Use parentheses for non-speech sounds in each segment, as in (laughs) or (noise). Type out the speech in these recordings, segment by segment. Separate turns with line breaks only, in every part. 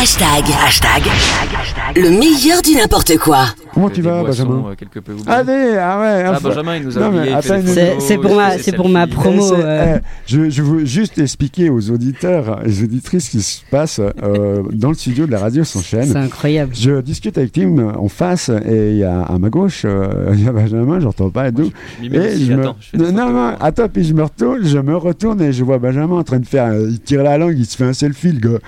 Hashtag. Hashtag. Le meilleur du n'importe quoi.
Comment tu
Des
vas,
boissons,
Benjamin
euh, quelque peu oubliées.
Allez, ah ouais,
Ah,
enfin-
Benjamin, il nous a
Non, mais
oublié. il
attends,
fait des
il nous-
C'est-
photos,
c'est pour
il
ma-
fait des
c'est pour ma
selfies.
promo.
Eh, c'est-
euh.
eh, je, je veux juste expliquer aux auditeurs et aux auditrices ce qui se passe euh, dans le studio de la radio sans
C'est
chaîne.
incroyable.
Je discute avec Tim en face et il y a à ma gauche, euh, (laughs) il y a Benjamin, j'entends pas et tout.
Je m'y mets
Et
aussi,
Eh, je me...
attends, je fais des
non, non,
photos.
non, attends, puis je me retourne, je me retourne et je vois Benjamin en train de faire, euh, il tire la langue, il se fait un selfie, le gars.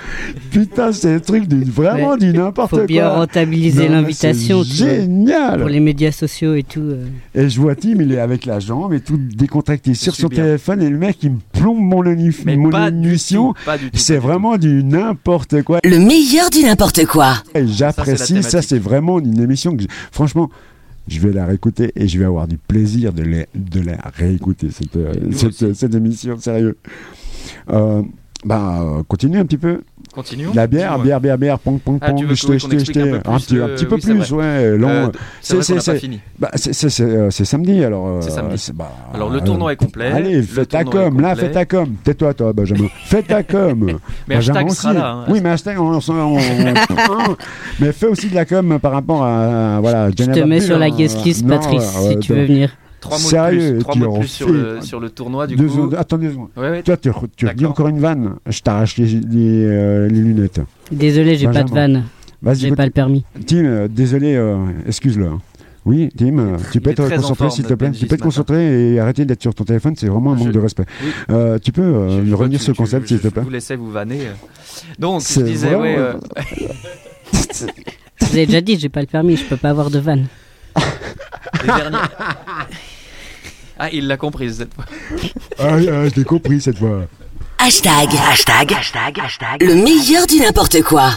Putain, c'est un truc d'une- vraiment
Ouais.
du n'importe quoi.
Faut bien rentabiliser
Non, mais
l'invitation
c'est
tu vois,
Génial.
pour les médias sociaux et tout. euh.
Et je vois Tim, il est avec la jambe et tout décontracté sur
suis
son
bien.
téléphone et le mec, il me plombe mon, onif-
Mais
mon
pas du
émission.
tout, pas du tout,
ah, C'est
pas du
vraiment du n'importe quoi.
Le meilleur du n'importe quoi.
Et
Ça, c'est la
J'apprécie, ça
thématique.
c'est vraiment une émission que j'- franchement, je vais la réécouter et je vais avoir du plaisir de la, de la réécouter, cette, euh,
Et nous
cette,
aussi.
cette émission, sérieux. Euh, bah, euh, continue un petit peu.
tout. Continuons.
La bière, bière, bière, bière, pong, pong,
Ah, tu
pong,
veux
jeté,
qu'on- qu'on
jeté,
explique un
jeté.
peu
Un
plus,
petit un
euh,
petit peu
oui, c'est
plus, ouais, long.
Euh, C'est vrai
C'est-
qu'on n'a
c'est-
pas
c'est-
fini.
Bah, c'est- c'est c'est, euh, c'est samedi alors. euh,
C'est samedi.
bah,
Alors, le tournoi est complet.
Allez,
Le
fais ta
tournoi est
com, là,
complet.
fais ta com. Tais-toi, toi, Benjamin. fais ta com.
(laughs) Mais
Benjamin
hashtag sera
aussi.
là, hein.
Oui, mais hashtag, on, on- on-
(laughs)
on- mais fais aussi de la com par rapport à. hein. Voilà,
Je te mets sur la guest list, Patrice,
euh,
si tu veux venir.
Trois mots
Sérieux,
de plus, trois
tu
mots de
en
plus sur le,
fais-
sur le tournoi, Ah, du
Deux
coup.
secondes, attends deux secondes.
Ouais, ouais.
Toi, tu, tu redis
D'accord.
encore une vanne. Je t'arrache les, les, euh, les lunettes.
Désolé, j'ai pas de
Benjamin.
vanne.
Vas-y,
J'ai pas le permis.
Tim, euh, désolé, euh, excuse-le. Oui, Tim, euh, tu peux
est
te
très en
concentrer
forme,
s'il te plaît.
notre
Tu peux te
PNJ ce matin.
concentrer et arrêter d'être sur ton téléphone, c'est vraiment un
Je-
manque de respect.
Oui.
Euh, tu peux euh,
Je- je vois
revenir
que
sur le
tu-
concept
je-
s'il te plaît
Je vous laissais vous vanner. euh. Donc, je
C'est
disais,
vraiment-
ouais, euh,
Je vous ai déjà dit, j'ai pas le permis, je peux pas avoir de vanne.
(laughs)
les derniers. Ah, il l'a comprise cette fois.
Ah, ah, je l'ai compris cette fois.
Hashtag. Hashtag. Le meilleur du n'importe quoi.